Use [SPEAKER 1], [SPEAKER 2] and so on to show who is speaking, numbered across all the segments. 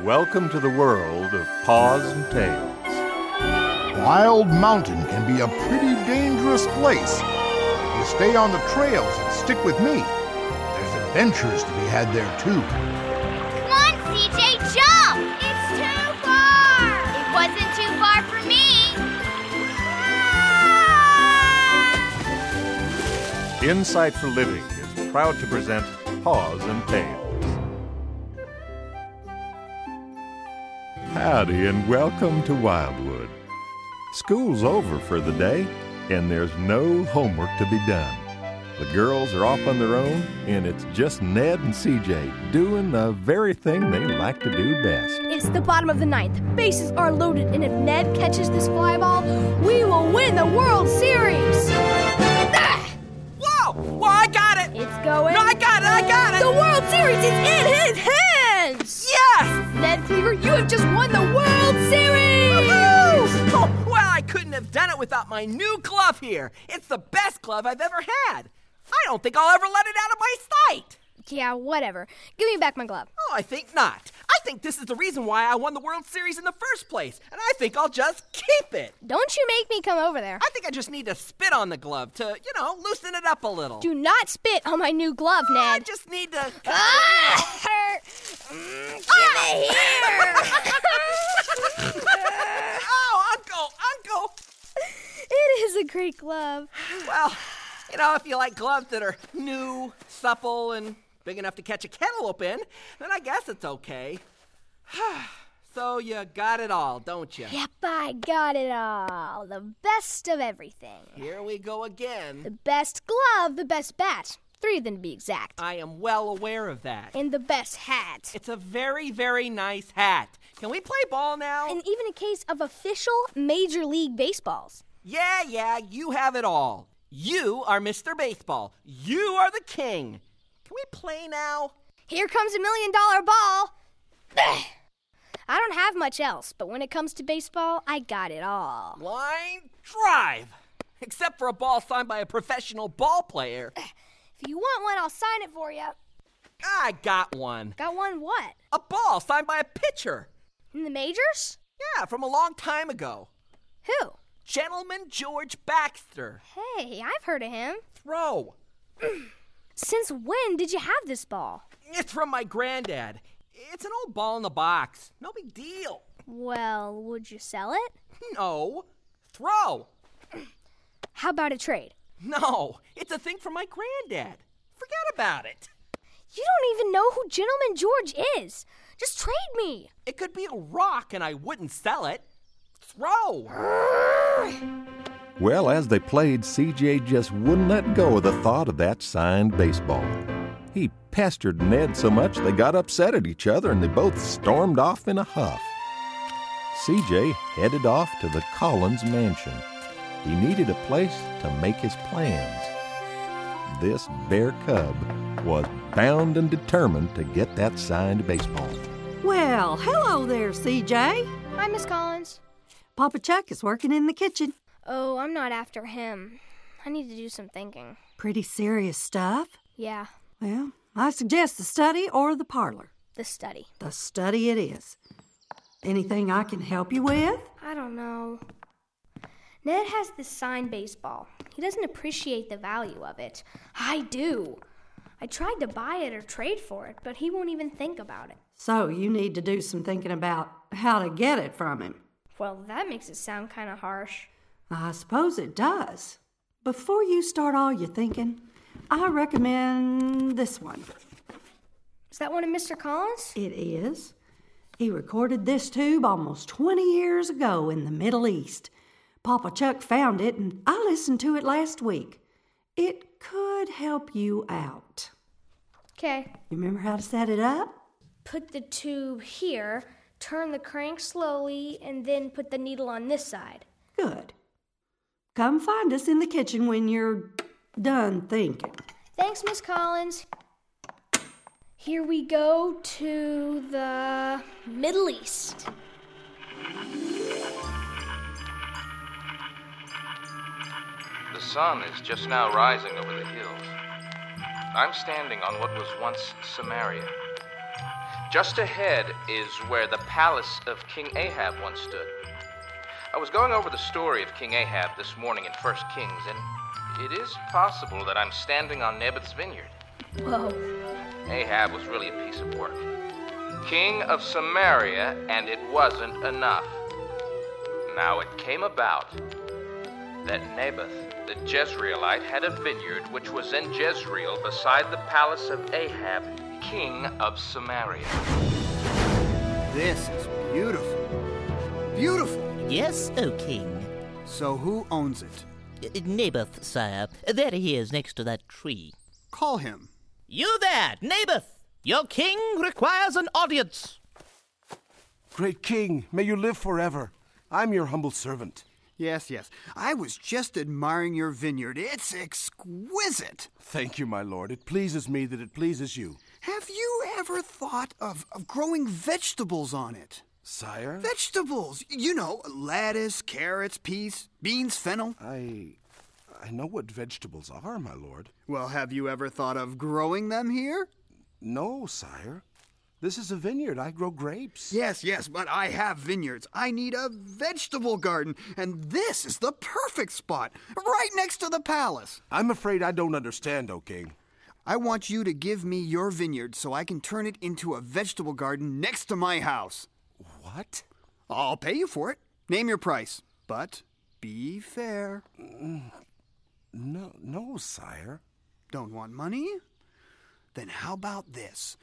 [SPEAKER 1] Welcome to the world of paws and tails.
[SPEAKER 2] Wild Mountain can be a pretty dangerous place. If you stay on the trails and stick with me, there's adventures to be had there too.
[SPEAKER 3] Come on, CJ, jump! It's too far! It wasn't too far for me.
[SPEAKER 1] Insight for Living is proud to present Paws and Tails. Howdy and welcome to Wildwood. School's over for the day, and there's no homework to be done. The girls are off on their own, and it's just Ned and CJ doing the very thing they like to do best.
[SPEAKER 4] It's the bottom of the ninth. Bases are loaded, and if Ned catches this fly ball, we will win the World Series.
[SPEAKER 5] Ah! Whoa! Well, I got it!
[SPEAKER 4] It's going.
[SPEAKER 5] No, I got it! I got it!
[SPEAKER 4] The World Series is in his hands.
[SPEAKER 5] Yes!
[SPEAKER 4] Ned Cleaver, you have just won the World Series.
[SPEAKER 5] Oh, well, I couldn't have done it without my new glove here. It's the best glove I've ever had. I don't think I'll ever let it out of my sight.
[SPEAKER 4] Yeah, whatever. Give me back my glove.
[SPEAKER 5] Oh, I think not. I think this is the reason why I won the World Series in the first place, and I think I'll just keep it.
[SPEAKER 4] Don't you make me come over there.
[SPEAKER 5] I think I just need to spit on the glove to, you know, loosen it up a little.
[SPEAKER 4] Do not spit on my new glove,
[SPEAKER 5] Ah, I
[SPEAKER 4] Ned. Ah!
[SPEAKER 5] just need to.
[SPEAKER 3] Ah!
[SPEAKER 5] oh, Uncle, Uncle.
[SPEAKER 4] It is a great glove.
[SPEAKER 5] Well, you know, if you like gloves that are new, supple, and big enough to catch a cantaloupe in, then I guess it's okay. so you got it all, don't you?
[SPEAKER 4] Yep, I got it all. The best of everything.
[SPEAKER 5] Here we go again.
[SPEAKER 4] The best glove, the best bat. Three of them to be exact.
[SPEAKER 5] I am well aware of that.
[SPEAKER 4] And the best hat.
[SPEAKER 5] It's a very, very nice hat. Can we play ball now?
[SPEAKER 4] And even a case of official Major League Baseballs.
[SPEAKER 5] yeah, yeah, you have it all. You are Mr. Baseball. You are the king. Can we play now?
[SPEAKER 4] Here comes a million dollar ball. I don't have much else, but when it comes to baseball, I got it all.
[SPEAKER 5] Line drive. Except for a ball signed by a professional ball player.
[SPEAKER 4] If you want one, I'll sign it for you.
[SPEAKER 5] I got one.
[SPEAKER 4] Got one what?
[SPEAKER 5] A ball signed by a pitcher.
[SPEAKER 4] In the majors?
[SPEAKER 5] Yeah, from a long time ago.
[SPEAKER 4] Who?
[SPEAKER 5] Gentleman George Baxter.
[SPEAKER 4] Hey, I've heard of him.
[SPEAKER 5] Throw.
[SPEAKER 4] Since when did you have this ball?
[SPEAKER 5] It's from my granddad. It's an old ball in the box. No big deal.
[SPEAKER 4] Well, would you sell it?
[SPEAKER 5] No. Throw.
[SPEAKER 4] How about a trade?
[SPEAKER 5] No. It's a thing from my granddad. Forget about it.
[SPEAKER 4] You don't even know who Gentleman George is. Just trade me.
[SPEAKER 5] It could be a rock and I wouldn't sell it. Throw.
[SPEAKER 1] Well, as they played, CJ just wouldn't let go of the thought of that signed baseball. He pestered Ned so much they got upset at each other and they both stormed off in a huff. CJ headed off to the Collins mansion. He needed a place to make his plans. This bear cub was bound and determined to get that signed baseball.
[SPEAKER 6] Well, hello there, CJ.
[SPEAKER 4] Hi, Miss Collins.
[SPEAKER 6] Papa Chuck is working in the kitchen.
[SPEAKER 4] Oh, I'm not after him. I need to do some thinking.
[SPEAKER 6] Pretty serious stuff.
[SPEAKER 4] Yeah,
[SPEAKER 6] Well, I suggest the study or the parlor.
[SPEAKER 4] the study.
[SPEAKER 6] The study it is. Anything I can help you with?
[SPEAKER 4] I don't know. Ned has this signed baseball. He doesn't appreciate the value of it. I do. I tried to buy it or trade for it, but he won't even think about it.
[SPEAKER 6] So, you need to do some thinking about how to get it from him.
[SPEAKER 4] Well, that makes it sound kind of harsh.
[SPEAKER 6] I suppose it does. Before you start all your thinking, I recommend this one.
[SPEAKER 4] Is that one of Mr. Collins?
[SPEAKER 6] It is. He recorded this tube almost 20 years ago in the Middle East. Papa Chuck found it, and I listened to it last week. It could help you out.
[SPEAKER 4] Okay.
[SPEAKER 6] You remember how to set it up?
[SPEAKER 4] Put the tube here, turn the crank slowly, and then put the needle on this side.
[SPEAKER 6] Good. Come find us in the kitchen when you're done thinking.
[SPEAKER 4] Thanks, Miss Collins. Here we go to the Middle East.
[SPEAKER 7] The sun is just now rising over the hills. I'm standing on what was once Samaria. Just ahead is where the palace of King Ahab once stood. I was going over the story of King Ahab this morning in First Kings, and it is possible that I'm standing on Naboth's vineyard.
[SPEAKER 4] Whoa.
[SPEAKER 7] Ahab was really a piece of work. King of Samaria, and it wasn't enough. Now it came about that Naboth the Jezreelite had a vineyard which was in Jezreel beside the palace of Ahab, king of Samaria.
[SPEAKER 8] This is beautiful. Beautiful!
[SPEAKER 9] Yes, O King.
[SPEAKER 8] So who owns it?
[SPEAKER 9] Uh, Naboth, sire. There he is next to that tree.
[SPEAKER 8] Call him.
[SPEAKER 9] You there, Naboth! Your king requires an audience.
[SPEAKER 10] Great king, may you live forever. I'm your humble servant.
[SPEAKER 8] Yes, yes. I was just admiring your vineyard. It's exquisite.
[SPEAKER 10] Thank you, my lord. It pleases me that it pleases you.
[SPEAKER 8] Have you ever thought of, of growing vegetables on it?
[SPEAKER 10] Sire?
[SPEAKER 8] Vegetables! You know, lettuce, carrots, peas, beans, fennel.
[SPEAKER 10] I. I know what vegetables are, my lord.
[SPEAKER 8] Well, have you ever thought of growing them here?
[SPEAKER 10] No, sire. This is a vineyard. I grow grapes.
[SPEAKER 8] Yes, yes, but I have vineyards. I need a vegetable garden, and this is the perfect spot, right next to the palace.
[SPEAKER 10] I'm afraid I don't understand, O king.
[SPEAKER 8] I want you to give me your vineyard so I can turn it into a vegetable garden next to my house.
[SPEAKER 10] What?
[SPEAKER 8] I'll pay you for it. Name your price, but be fair.
[SPEAKER 10] Mm, No, no, sire.
[SPEAKER 8] Don't want money? Then how about this?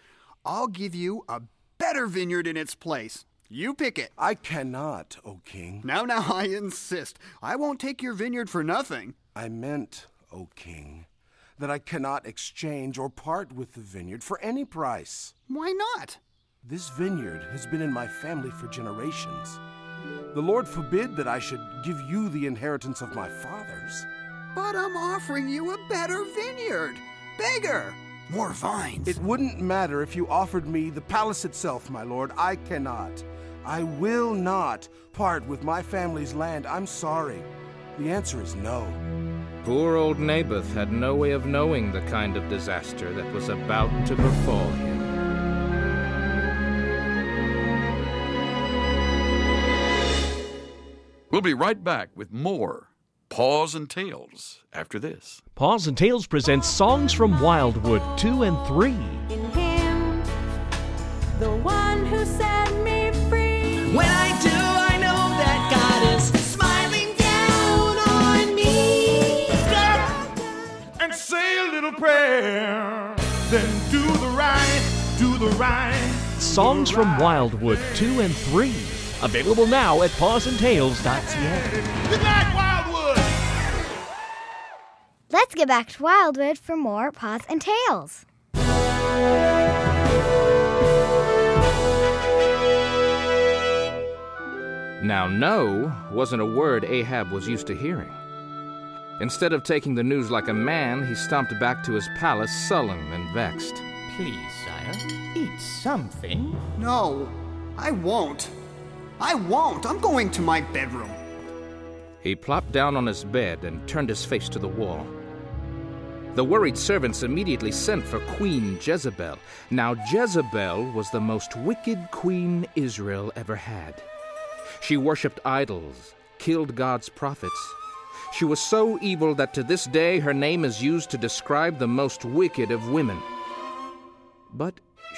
[SPEAKER 8] I'll give you a better vineyard in its place. You pick it.
[SPEAKER 10] I cannot, O king.
[SPEAKER 8] Now, now, I insist. I won't take your vineyard for nothing.
[SPEAKER 10] I meant, O king, that I cannot exchange or part with the vineyard for any price.
[SPEAKER 8] Why not?
[SPEAKER 10] This vineyard has been in my family for generations. The Lord forbid that I should give you the inheritance of my fathers.
[SPEAKER 8] But I'm offering you a better vineyard. Bigger. More vines.
[SPEAKER 10] It wouldn't matter if you offered me the palace itself, my lord. I cannot. I will not part with my family's land. I'm sorry. The answer is no.
[SPEAKER 7] Poor old Naboth had no way of knowing the kind of disaster that was about to befall him.
[SPEAKER 2] We'll be right back with more Paws and Tails after this.
[SPEAKER 1] Paws and Tails presents Songs from Wildwood 2 and 3.
[SPEAKER 11] in him, the one who set me free.
[SPEAKER 12] When I do, I know that God is smiling down on me.
[SPEAKER 13] and say a little prayer. Then do the right, do the right.
[SPEAKER 1] Songs from Wildwood 2 and 3. Available now at pawsandtails.ca.
[SPEAKER 13] Good night, Wildwood!
[SPEAKER 14] Let's get back to Wildwood for more Paws and Tails.
[SPEAKER 7] Now, no wasn't a word Ahab was used to hearing. Instead of taking the news like a man, he stomped back to his palace sullen and vexed.
[SPEAKER 9] Please, sire, eat something.
[SPEAKER 8] No, I won't. I won't. I'm going to my bedroom.
[SPEAKER 7] He plopped down on his bed and turned his face to the wall. The worried servants immediately sent for Queen Jezebel. Now, Jezebel was the most wicked queen Israel ever had. She worshipped idols, killed God's prophets. She was so evil that to this day her name is used to describe the most wicked of women. But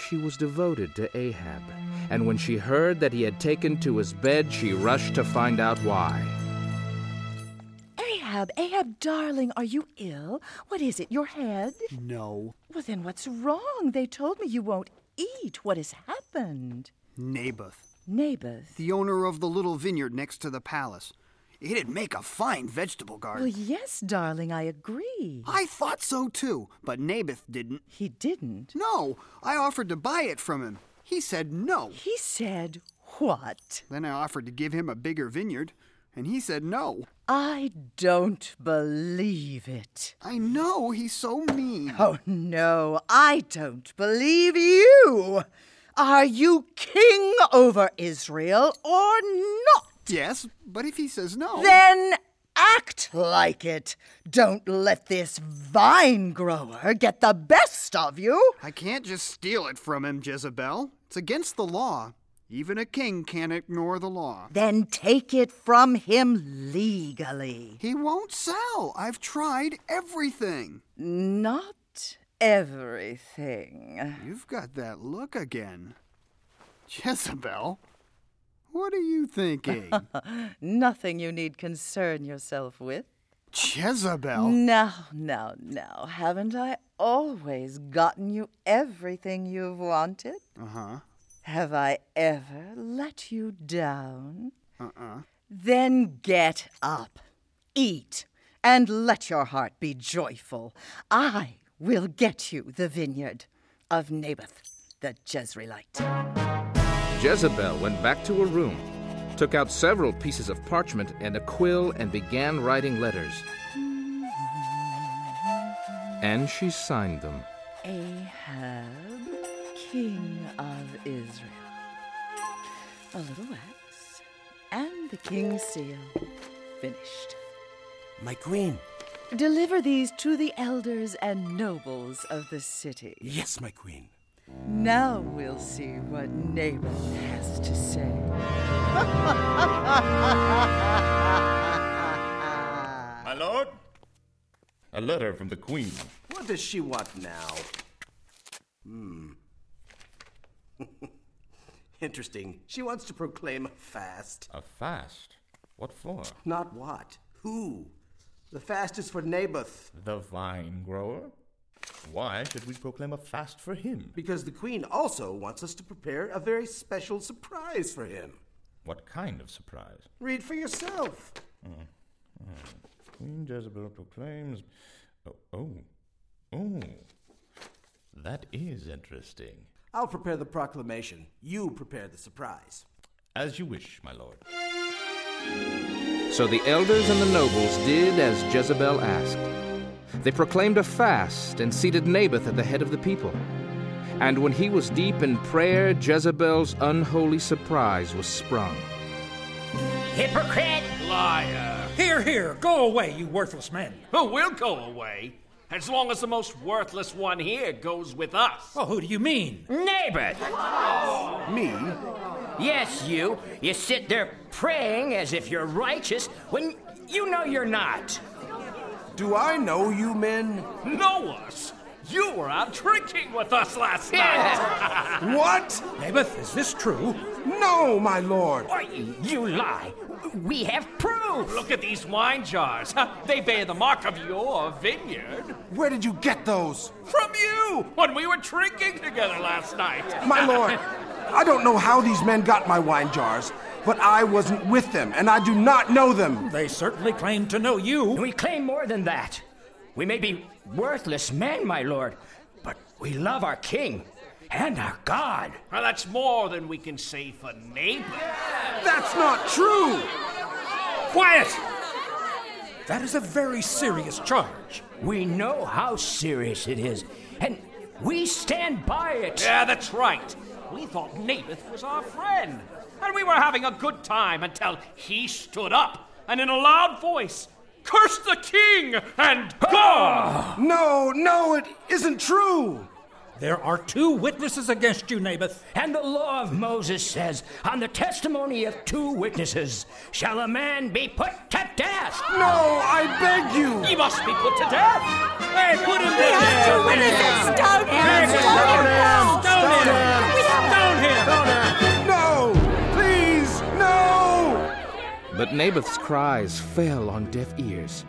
[SPEAKER 7] she was devoted to Ahab, and when she heard that he had taken to his bed, she rushed to find out why.
[SPEAKER 15] Ahab, Ahab, darling, are you ill? What is it, your head?
[SPEAKER 8] No.
[SPEAKER 15] Well, then what's wrong? They told me you won't eat. What has happened?
[SPEAKER 8] Naboth.
[SPEAKER 15] Naboth.
[SPEAKER 8] the owner of the little vineyard next to the palace. It'd make a fine vegetable garden.
[SPEAKER 15] Well, yes, darling, I agree.
[SPEAKER 8] I thought so too, but Naboth didn't.
[SPEAKER 15] He didn't.
[SPEAKER 8] No, I offered to buy it from him. He said no.
[SPEAKER 15] He said, What?
[SPEAKER 8] Then I offered to give him a bigger vineyard, and he said no.
[SPEAKER 15] I don't believe it.
[SPEAKER 8] I know he's so mean.
[SPEAKER 15] Oh, no, I don't believe you. Are you king over Israel or not?
[SPEAKER 8] Yes, but if he says no,
[SPEAKER 15] Then act like it. Don't let this vine grower get the best of you.
[SPEAKER 8] I can't just steal it from him, Jezebel. It's against the law. Even a king can't ignore the law.
[SPEAKER 15] Then take it from him legally.
[SPEAKER 8] He won't sell. I've tried everything.
[SPEAKER 15] Not everything.
[SPEAKER 8] You've got that look again. Jezebel, what are you thinking?
[SPEAKER 15] Nothing you need concern yourself with.
[SPEAKER 8] Jezebel?
[SPEAKER 15] Now, now, now, haven't I always gotten you everything you've wanted?
[SPEAKER 8] Uh huh.
[SPEAKER 15] Have I ever let you down?
[SPEAKER 8] Uh uh
[SPEAKER 15] Then get up, eat, and let your heart be joyful. I will get you the vineyard of Naboth the Jezreelite.
[SPEAKER 7] Jezebel went back to her room, took out several pieces of parchment and a quill, and began writing letters. And she signed them.
[SPEAKER 15] Ahab, king of Israel. A little wax, and the king's seal. Finished.
[SPEAKER 16] My queen.
[SPEAKER 15] Deliver these to the elders and nobles of the city.
[SPEAKER 16] Yes, my queen.
[SPEAKER 15] Now we'll see what Naboth has to say.
[SPEAKER 17] My lord? A letter from the queen.
[SPEAKER 18] What does she want now?
[SPEAKER 16] Hmm.
[SPEAKER 18] Interesting. She wants to proclaim a fast.
[SPEAKER 17] A fast? What for?
[SPEAKER 18] Not what. Who? The fast is for Naboth.
[SPEAKER 17] The vine grower? Why should we proclaim a fast for him?
[SPEAKER 18] Because the Queen also wants us to prepare a very special surprise for him.
[SPEAKER 17] What kind of surprise?
[SPEAKER 18] Read for yourself.
[SPEAKER 17] Mm. Mm. Queen Jezebel proclaims. Oh, oh, oh. That is interesting.
[SPEAKER 18] I'll prepare the proclamation. You prepare the surprise.
[SPEAKER 17] As you wish, my lord.
[SPEAKER 7] So the elders and the nobles did as Jezebel asked. They proclaimed a fast and seated Naboth at the head of the people. And when he was deep in prayer, Jezebel's unholy surprise was sprung.
[SPEAKER 19] Hypocrite!
[SPEAKER 20] Liar!
[SPEAKER 19] Here, here, go away, you worthless men.
[SPEAKER 20] Who will go away? As long as the most worthless one here goes with us.
[SPEAKER 19] Oh, who do you mean?
[SPEAKER 20] Naboth! uh-uh.
[SPEAKER 8] Oh. Me?
[SPEAKER 20] Yes, you. You sit there praying as if you're righteous when you know you're not.
[SPEAKER 8] Do I know you men?
[SPEAKER 20] Know us? You were out drinking with us last
[SPEAKER 8] yeah. night. what?
[SPEAKER 19] Naboth, is this true?
[SPEAKER 8] No, my lord.
[SPEAKER 20] Why, you lie. We have proof.
[SPEAKER 21] Look at these wine jars. They bear the mark of your vineyard.
[SPEAKER 8] Where did you get those?
[SPEAKER 21] From you, when we were drinking together last night.
[SPEAKER 8] My lord, I don't know how these men got my wine jars but I wasn't with them, and I do not know them.
[SPEAKER 19] They certainly claim to know you.
[SPEAKER 20] We claim more than that. We may be worthless men, my lord, but we love our king and our God.
[SPEAKER 21] Well, that's more than we can say for neighbor.
[SPEAKER 8] That's not true.
[SPEAKER 19] Quiet! That is a very serious charge.
[SPEAKER 20] We know how serious it is, and we stand by it.
[SPEAKER 21] Yeah, that's right. We thought Naboth was our friend and we were having a good time until he stood up and in a loud voice cursed the king and
[SPEAKER 20] Ah!
[SPEAKER 19] Ah.
[SPEAKER 21] God.
[SPEAKER 8] No, no, it isn't true.
[SPEAKER 19] There are two witnesses against you, Naboth.
[SPEAKER 20] And the law of Moses says, On the testimony of two witnesses shall a man be put to death.
[SPEAKER 8] No, I beg you.
[SPEAKER 21] He must be put to death. Hey, put him we
[SPEAKER 3] to death. Two witnesses. Stone him. Stone him.
[SPEAKER 19] Stone him. Stone him.
[SPEAKER 8] Stone him. No.
[SPEAKER 7] But Naboth's cries fell on deaf ears.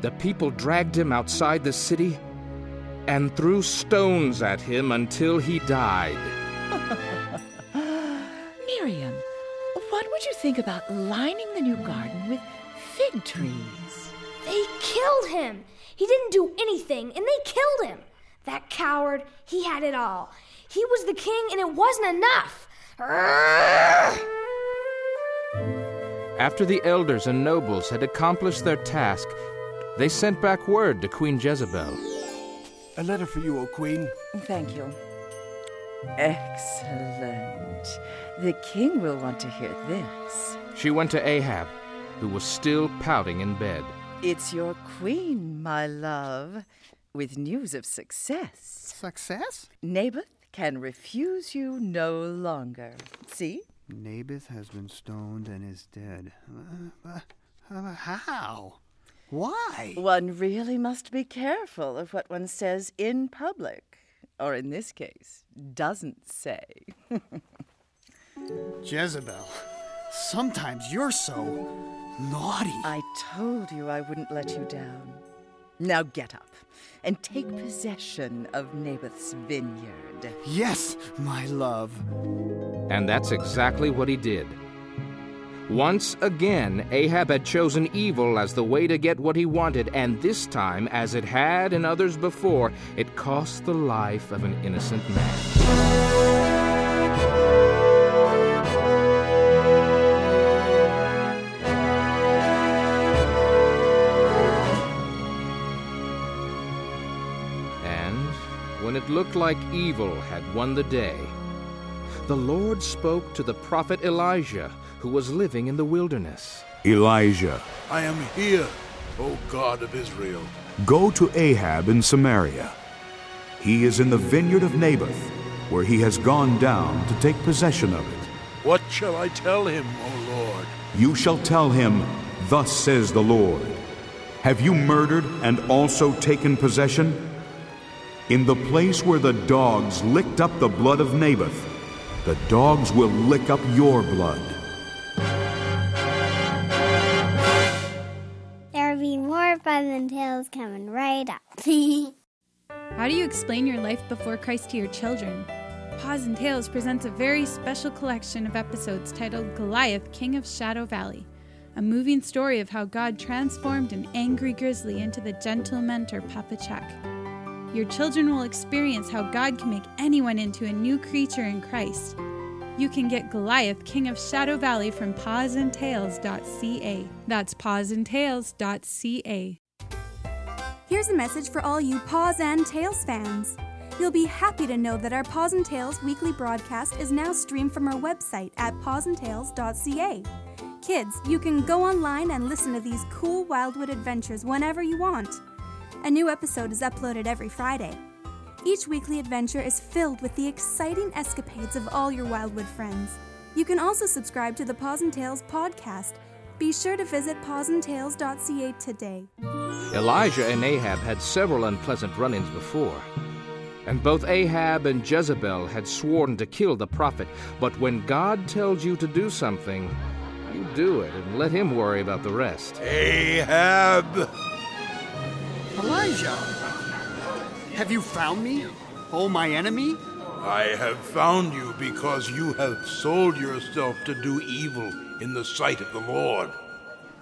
[SPEAKER 7] The people dragged him outside the city and threw stones at him until he died.
[SPEAKER 22] Miriam, what would you think about lining the new garden with fig trees?
[SPEAKER 4] They killed him! He didn't do anything, and they killed him! That coward, he had it all. He was the king, and it wasn't enough!
[SPEAKER 7] After the elders and nobles had accomplished their task, they sent back word to Queen Jezebel.
[SPEAKER 10] A letter for you, O Queen.
[SPEAKER 22] Thank you. Excellent. The king will want to hear this.
[SPEAKER 7] She went to Ahab, who was still pouting in bed.
[SPEAKER 15] It's your queen, my love, with news of success.
[SPEAKER 8] Success?
[SPEAKER 15] Naboth can refuse you no longer. See?
[SPEAKER 8] Naboth has been stoned and is dead. Uh, uh, uh, how? Why?
[SPEAKER 15] One really must be careful of what one says in public, or in this case, doesn't say.
[SPEAKER 8] Jezebel, sometimes you're so naughty.
[SPEAKER 15] I told you I wouldn't let you down. Now get up and take possession of Naboth's vineyard.
[SPEAKER 8] Yes, my love.
[SPEAKER 7] And that's exactly what he did. Once again, Ahab had chosen evil as the way to get what he wanted, and this time, as it had in others before, it cost the life of an innocent man. when it looked like evil had won the day, the Lord spoke to the prophet Elijah, who was living in the wilderness.
[SPEAKER 23] Elijah,
[SPEAKER 24] I am here, O God of Israel.
[SPEAKER 23] Go to Ahab in Samaria. He is in the vineyard of Naboth, where he has gone down to take possession of it.
[SPEAKER 24] What shall I tell him, O Lord?
[SPEAKER 23] You shall tell him, Thus says the Lord Have you murdered and also taken possession? In the place where the dogs licked up the blood of Naboth, the dogs will lick up your blood.
[SPEAKER 25] There'll be more Pleasant Hills coming right up.
[SPEAKER 26] How do you explain your life before Christ to your children? Paws and Tales presents a very special collection of episodes titled Goliath, King of Shadow Valley, a moving story of how God transformed an angry grizzly into the gentle mentor Papa Chuck. Your children will experience how God can make anyone into a new creature in Christ. You can get Goliath, King of Shadow Valley from pawsandtails.ca. That's pawsandtails.ca. Here's a message for all you Paws and Tails fans. You'll be happy to know that our Paws and Tails weekly broadcast is now streamed from our website at pawsandtails.ca. Kids, you can go online and listen to these cool wildwood adventures whenever you want. A new episode is uploaded every Friday. Each weekly adventure is filled with the exciting escapades of all your Wildwood friends. You can also subscribe to the Paws and Tails podcast. Be sure to visit pawsandtails.ca today.
[SPEAKER 7] Elijah and Ahab had several unpleasant run ins before. And both Ahab and Jezebel had sworn to kill the prophet. But when God tells you to do something, you do it and let him worry about the rest.
[SPEAKER 24] Ahab!
[SPEAKER 8] Elijah! Have you found me, O oh, my enemy?
[SPEAKER 24] I have found you because you have sold yourself to do evil in the sight of the Lord.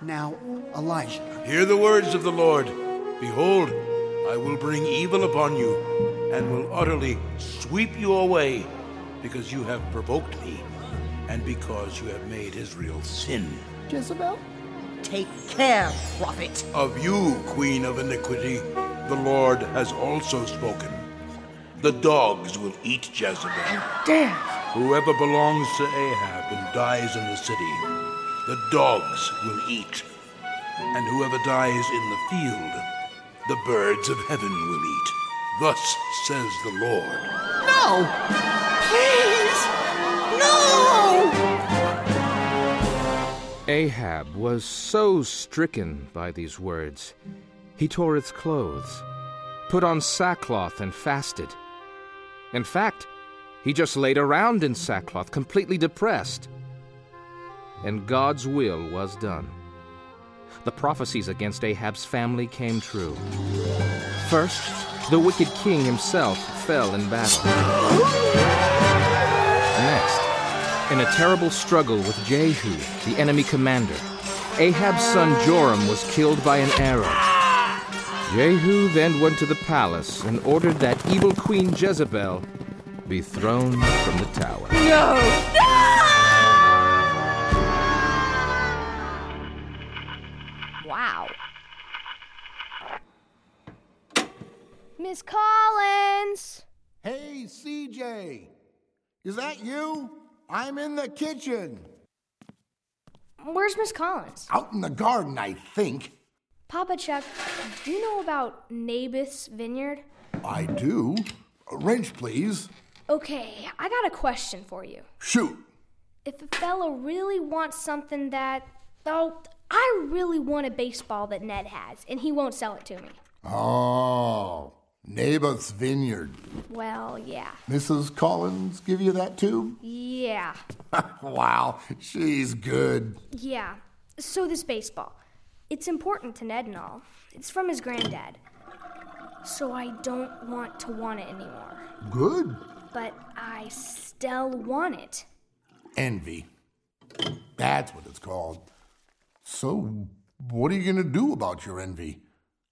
[SPEAKER 8] Now, Elijah.
[SPEAKER 24] Hear the words of the Lord. Behold, I will bring evil upon you and will utterly sweep you away because you have provoked me and because you have made Israel sin.
[SPEAKER 8] Jezebel?
[SPEAKER 15] Take care, prophet.
[SPEAKER 24] Of you, queen of iniquity, the Lord has also spoken. The dogs will eat Jezebel.
[SPEAKER 15] How dare!
[SPEAKER 24] Whoever belongs to Ahab and dies in the city, the dogs will eat. And whoever dies in the field, the birds of heaven will eat. Thus says the Lord.
[SPEAKER 8] No! Please! No!
[SPEAKER 7] Ahab was so stricken by these words, he tore his clothes, put on sackcloth, and fasted. In fact, he just laid around in sackcloth, completely depressed. And God's will was done. The prophecies against Ahab's family came true. First, the wicked king himself fell in battle. Next, in a terrible struggle with Jehu, the enemy commander, Ahab's son Joram was killed by an arrow. Jehu then went to the palace and ordered that evil queen Jezebel be thrown from the tower.
[SPEAKER 15] No!
[SPEAKER 3] No! Wow.
[SPEAKER 4] Miss Collins!
[SPEAKER 2] Hey, CJ! Is that you? I'm in the kitchen.
[SPEAKER 4] Where's Miss Collins?
[SPEAKER 2] Out in the garden, I think.
[SPEAKER 4] Papa Chuck, do you know about Naboth's vineyard?
[SPEAKER 2] I do. A wrench, please.
[SPEAKER 4] Okay, I got a question for you.
[SPEAKER 2] Shoot.
[SPEAKER 4] If a fellow really wants something that. Oh, I really want a baseball that Ned has, and he won't sell it to me.
[SPEAKER 2] Oh, Naboth's Vineyard.
[SPEAKER 4] Well, yeah.
[SPEAKER 2] Mrs. Collins give you that too?
[SPEAKER 4] Yeah.
[SPEAKER 2] wow, she's good.
[SPEAKER 4] Yeah. So, this baseball. It's important to Ned and all. It's from his granddad. So, I don't want to want it anymore.
[SPEAKER 2] Good.
[SPEAKER 4] But I still want it.
[SPEAKER 2] Envy. That's what it's called. So, what are you going to do about your envy?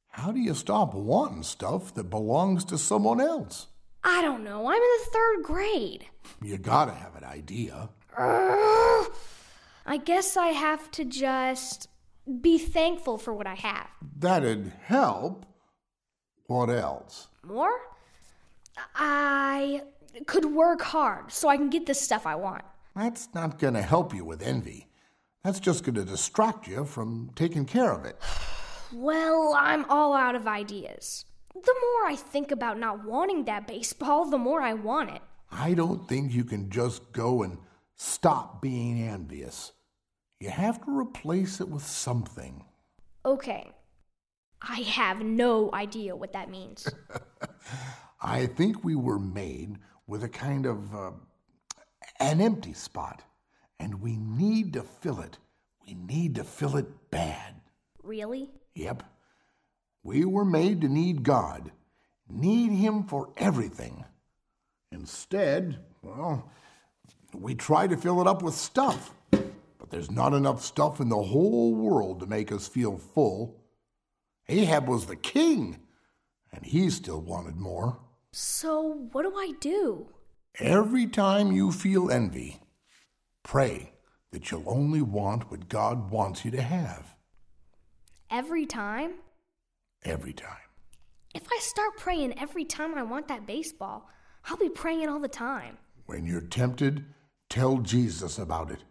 [SPEAKER 2] How do you stop wanting stuff that belongs to someone else?
[SPEAKER 4] I don't know. I'm in the third grade.
[SPEAKER 2] You gotta have an idea.
[SPEAKER 4] Ugh. I guess I have to just be thankful for what I have.
[SPEAKER 2] That'd help. What else?
[SPEAKER 4] More? I could work hard so I can get the stuff I want.
[SPEAKER 2] That's not gonna help you with envy. That's just gonna distract you from taking care of it.
[SPEAKER 4] Well, I'm all out of ideas. The more I think about not wanting that baseball, the more I want it.
[SPEAKER 2] I don't think you can just go and stop being envious. You have to replace it with something.
[SPEAKER 4] Okay. I have no idea what that means.
[SPEAKER 2] I think we were made with a kind of uh, an empty spot, and we need to fill it. We need to fill it bad.
[SPEAKER 4] Really?
[SPEAKER 2] Yep. We were made to need God, need Him for everything. Instead, well, we try to fill it up with stuff, but there's not enough stuff in the whole world to make us feel full. Ahab was the king, and he still wanted more.
[SPEAKER 4] So, what do I do?
[SPEAKER 2] Every time you feel envy, pray that you'll only want what God wants you to have.
[SPEAKER 4] Every time?
[SPEAKER 2] Every time.
[SPEAKER 4] If I start praying every time I want that baseball, I'll be praying all the time.
[SPEAKER 2] When you're tempted, tell Jesus about it.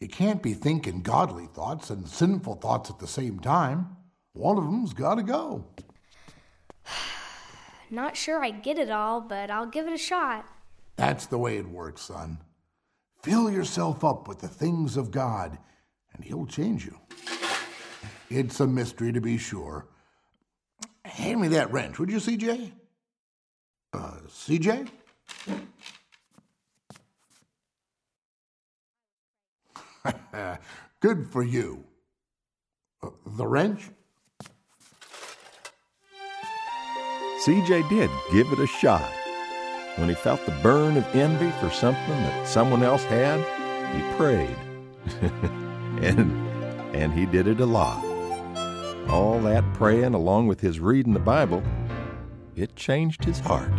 [SPEAKER 2] You can't be thinking godly thoughts and sinful thoughts at the same time. One of them's got to go.
[SPEAKER 4] Not sure I get it all, but I'll give it a shot.
[SPEAKER 2] That's the way it works, son. Fill yourself up with the things of God, and He'll change you. It's a mystery to be sure. Hand me that wrench, would you, CJ? Uh, CJ? Good for you. Uh, the wrench?
[SPEAKER 1] CJ did give it a shot. When he felt the burn of envy for something that someone else had, he prayed. and, and he did it a lot all that praying along with his reading the Bible, it changed his heart.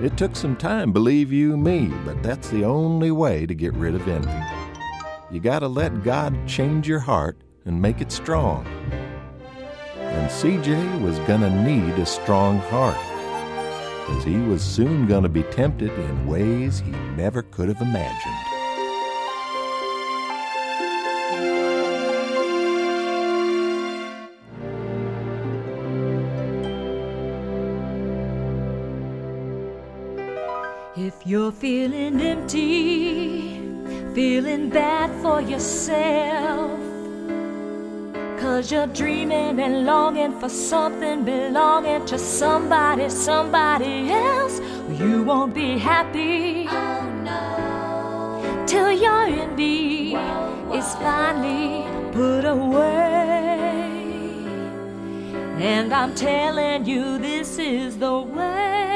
[SPEAKER 1] It took some time, believe you me, but that's the only way to get rid of envy. You got to let God change your heart and make it strong. And CJ was going to need a strong heart, because he was soon going to be tempted in ways he never could have imagined.
[SPEAKER 11] If you're feeling empty, feeling bad for yourself, cause you're dreaming and longing for something belonging to somebody, somebody else, you won't be happy. Oh no. Till your envy whoa, whoa. is finally put away. And I'm telling you, this is the way.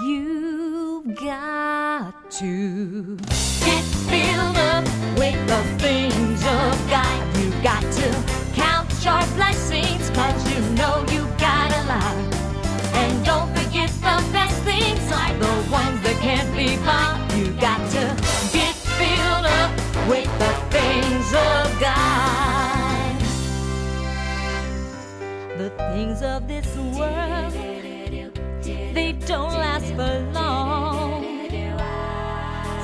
[SPEAKER 11] You've got to get filled up with the things of God. You've got to count your blessings, cause you know you got a lot. And don't forget the best things are the ones that can't be bought. You got to get filled up with the things of God. The things of this world they don't last for long.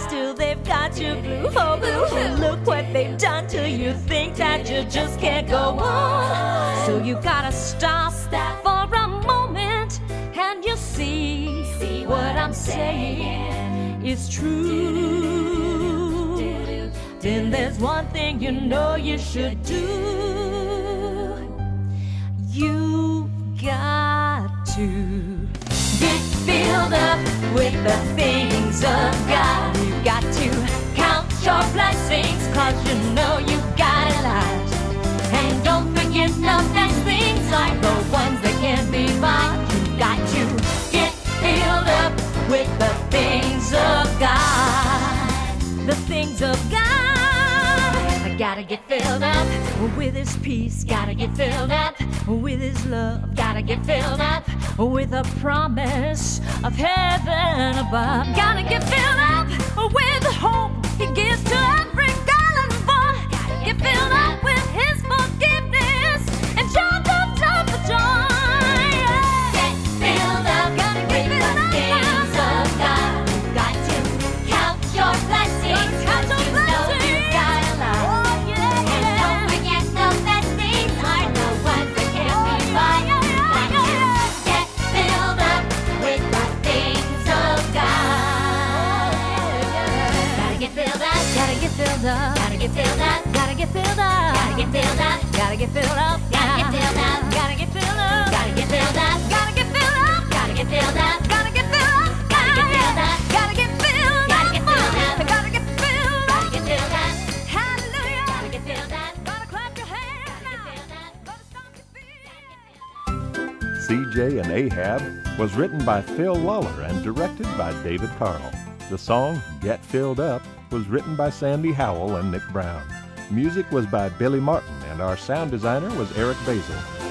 [SPEAKER 11] Still, they've got about you, blue hole, blue hole. Look what they've done to you. Think that you just can't go on. So you gotta stop that for a moment, and you see, see what I'm saying is true. Then there's one thing you know you should do. You got to get filled up with the things of God. You got to count your blessings, cause you know you got a lot. And don't forget the best things are the ones that can be bought. You got to get filled up with the things of God. The things of God. I gotta get filled up with His peace. Gotta get filled up with His love. Gotta get filled up with a promise of heaven above. Gotta get filled up with the hope He gives to every darling boy. Gotta get filled up with His forgiveness and joy, joy, joy for joy. Get filled up. Gotta get filled up. Things of God. Got to count your blessings. Count your blessings. You got a lot. Oh yeah. And don't forget the best things are the ones that can be bought. Got to get filled up with the things of God. Gotta get filled up. Gotta get filled up. Gotta get filled up. Gotta get filled up. Gotta get filled up. Gotta get filled up. Gotta get filled up. Gotta get filled up. Gotta get filled up. Gotta get filled up. Gotta get filled up. Gotta get filled up. Gotta get filled up. Gotta get filled up. Gotta get filled up. Gotta get filled up. Gotta get filled up. Hallelujah. Gotta get filled up. Gotta clap your hands.
[SPEAKER 1] CJ and Ahab was written by Phil Lawler and directed by David Carl. The song Get Filled Up was written by Sandy Howell and Nick Brown. Music was by Billy Martin and our sound designer was Eric Basil.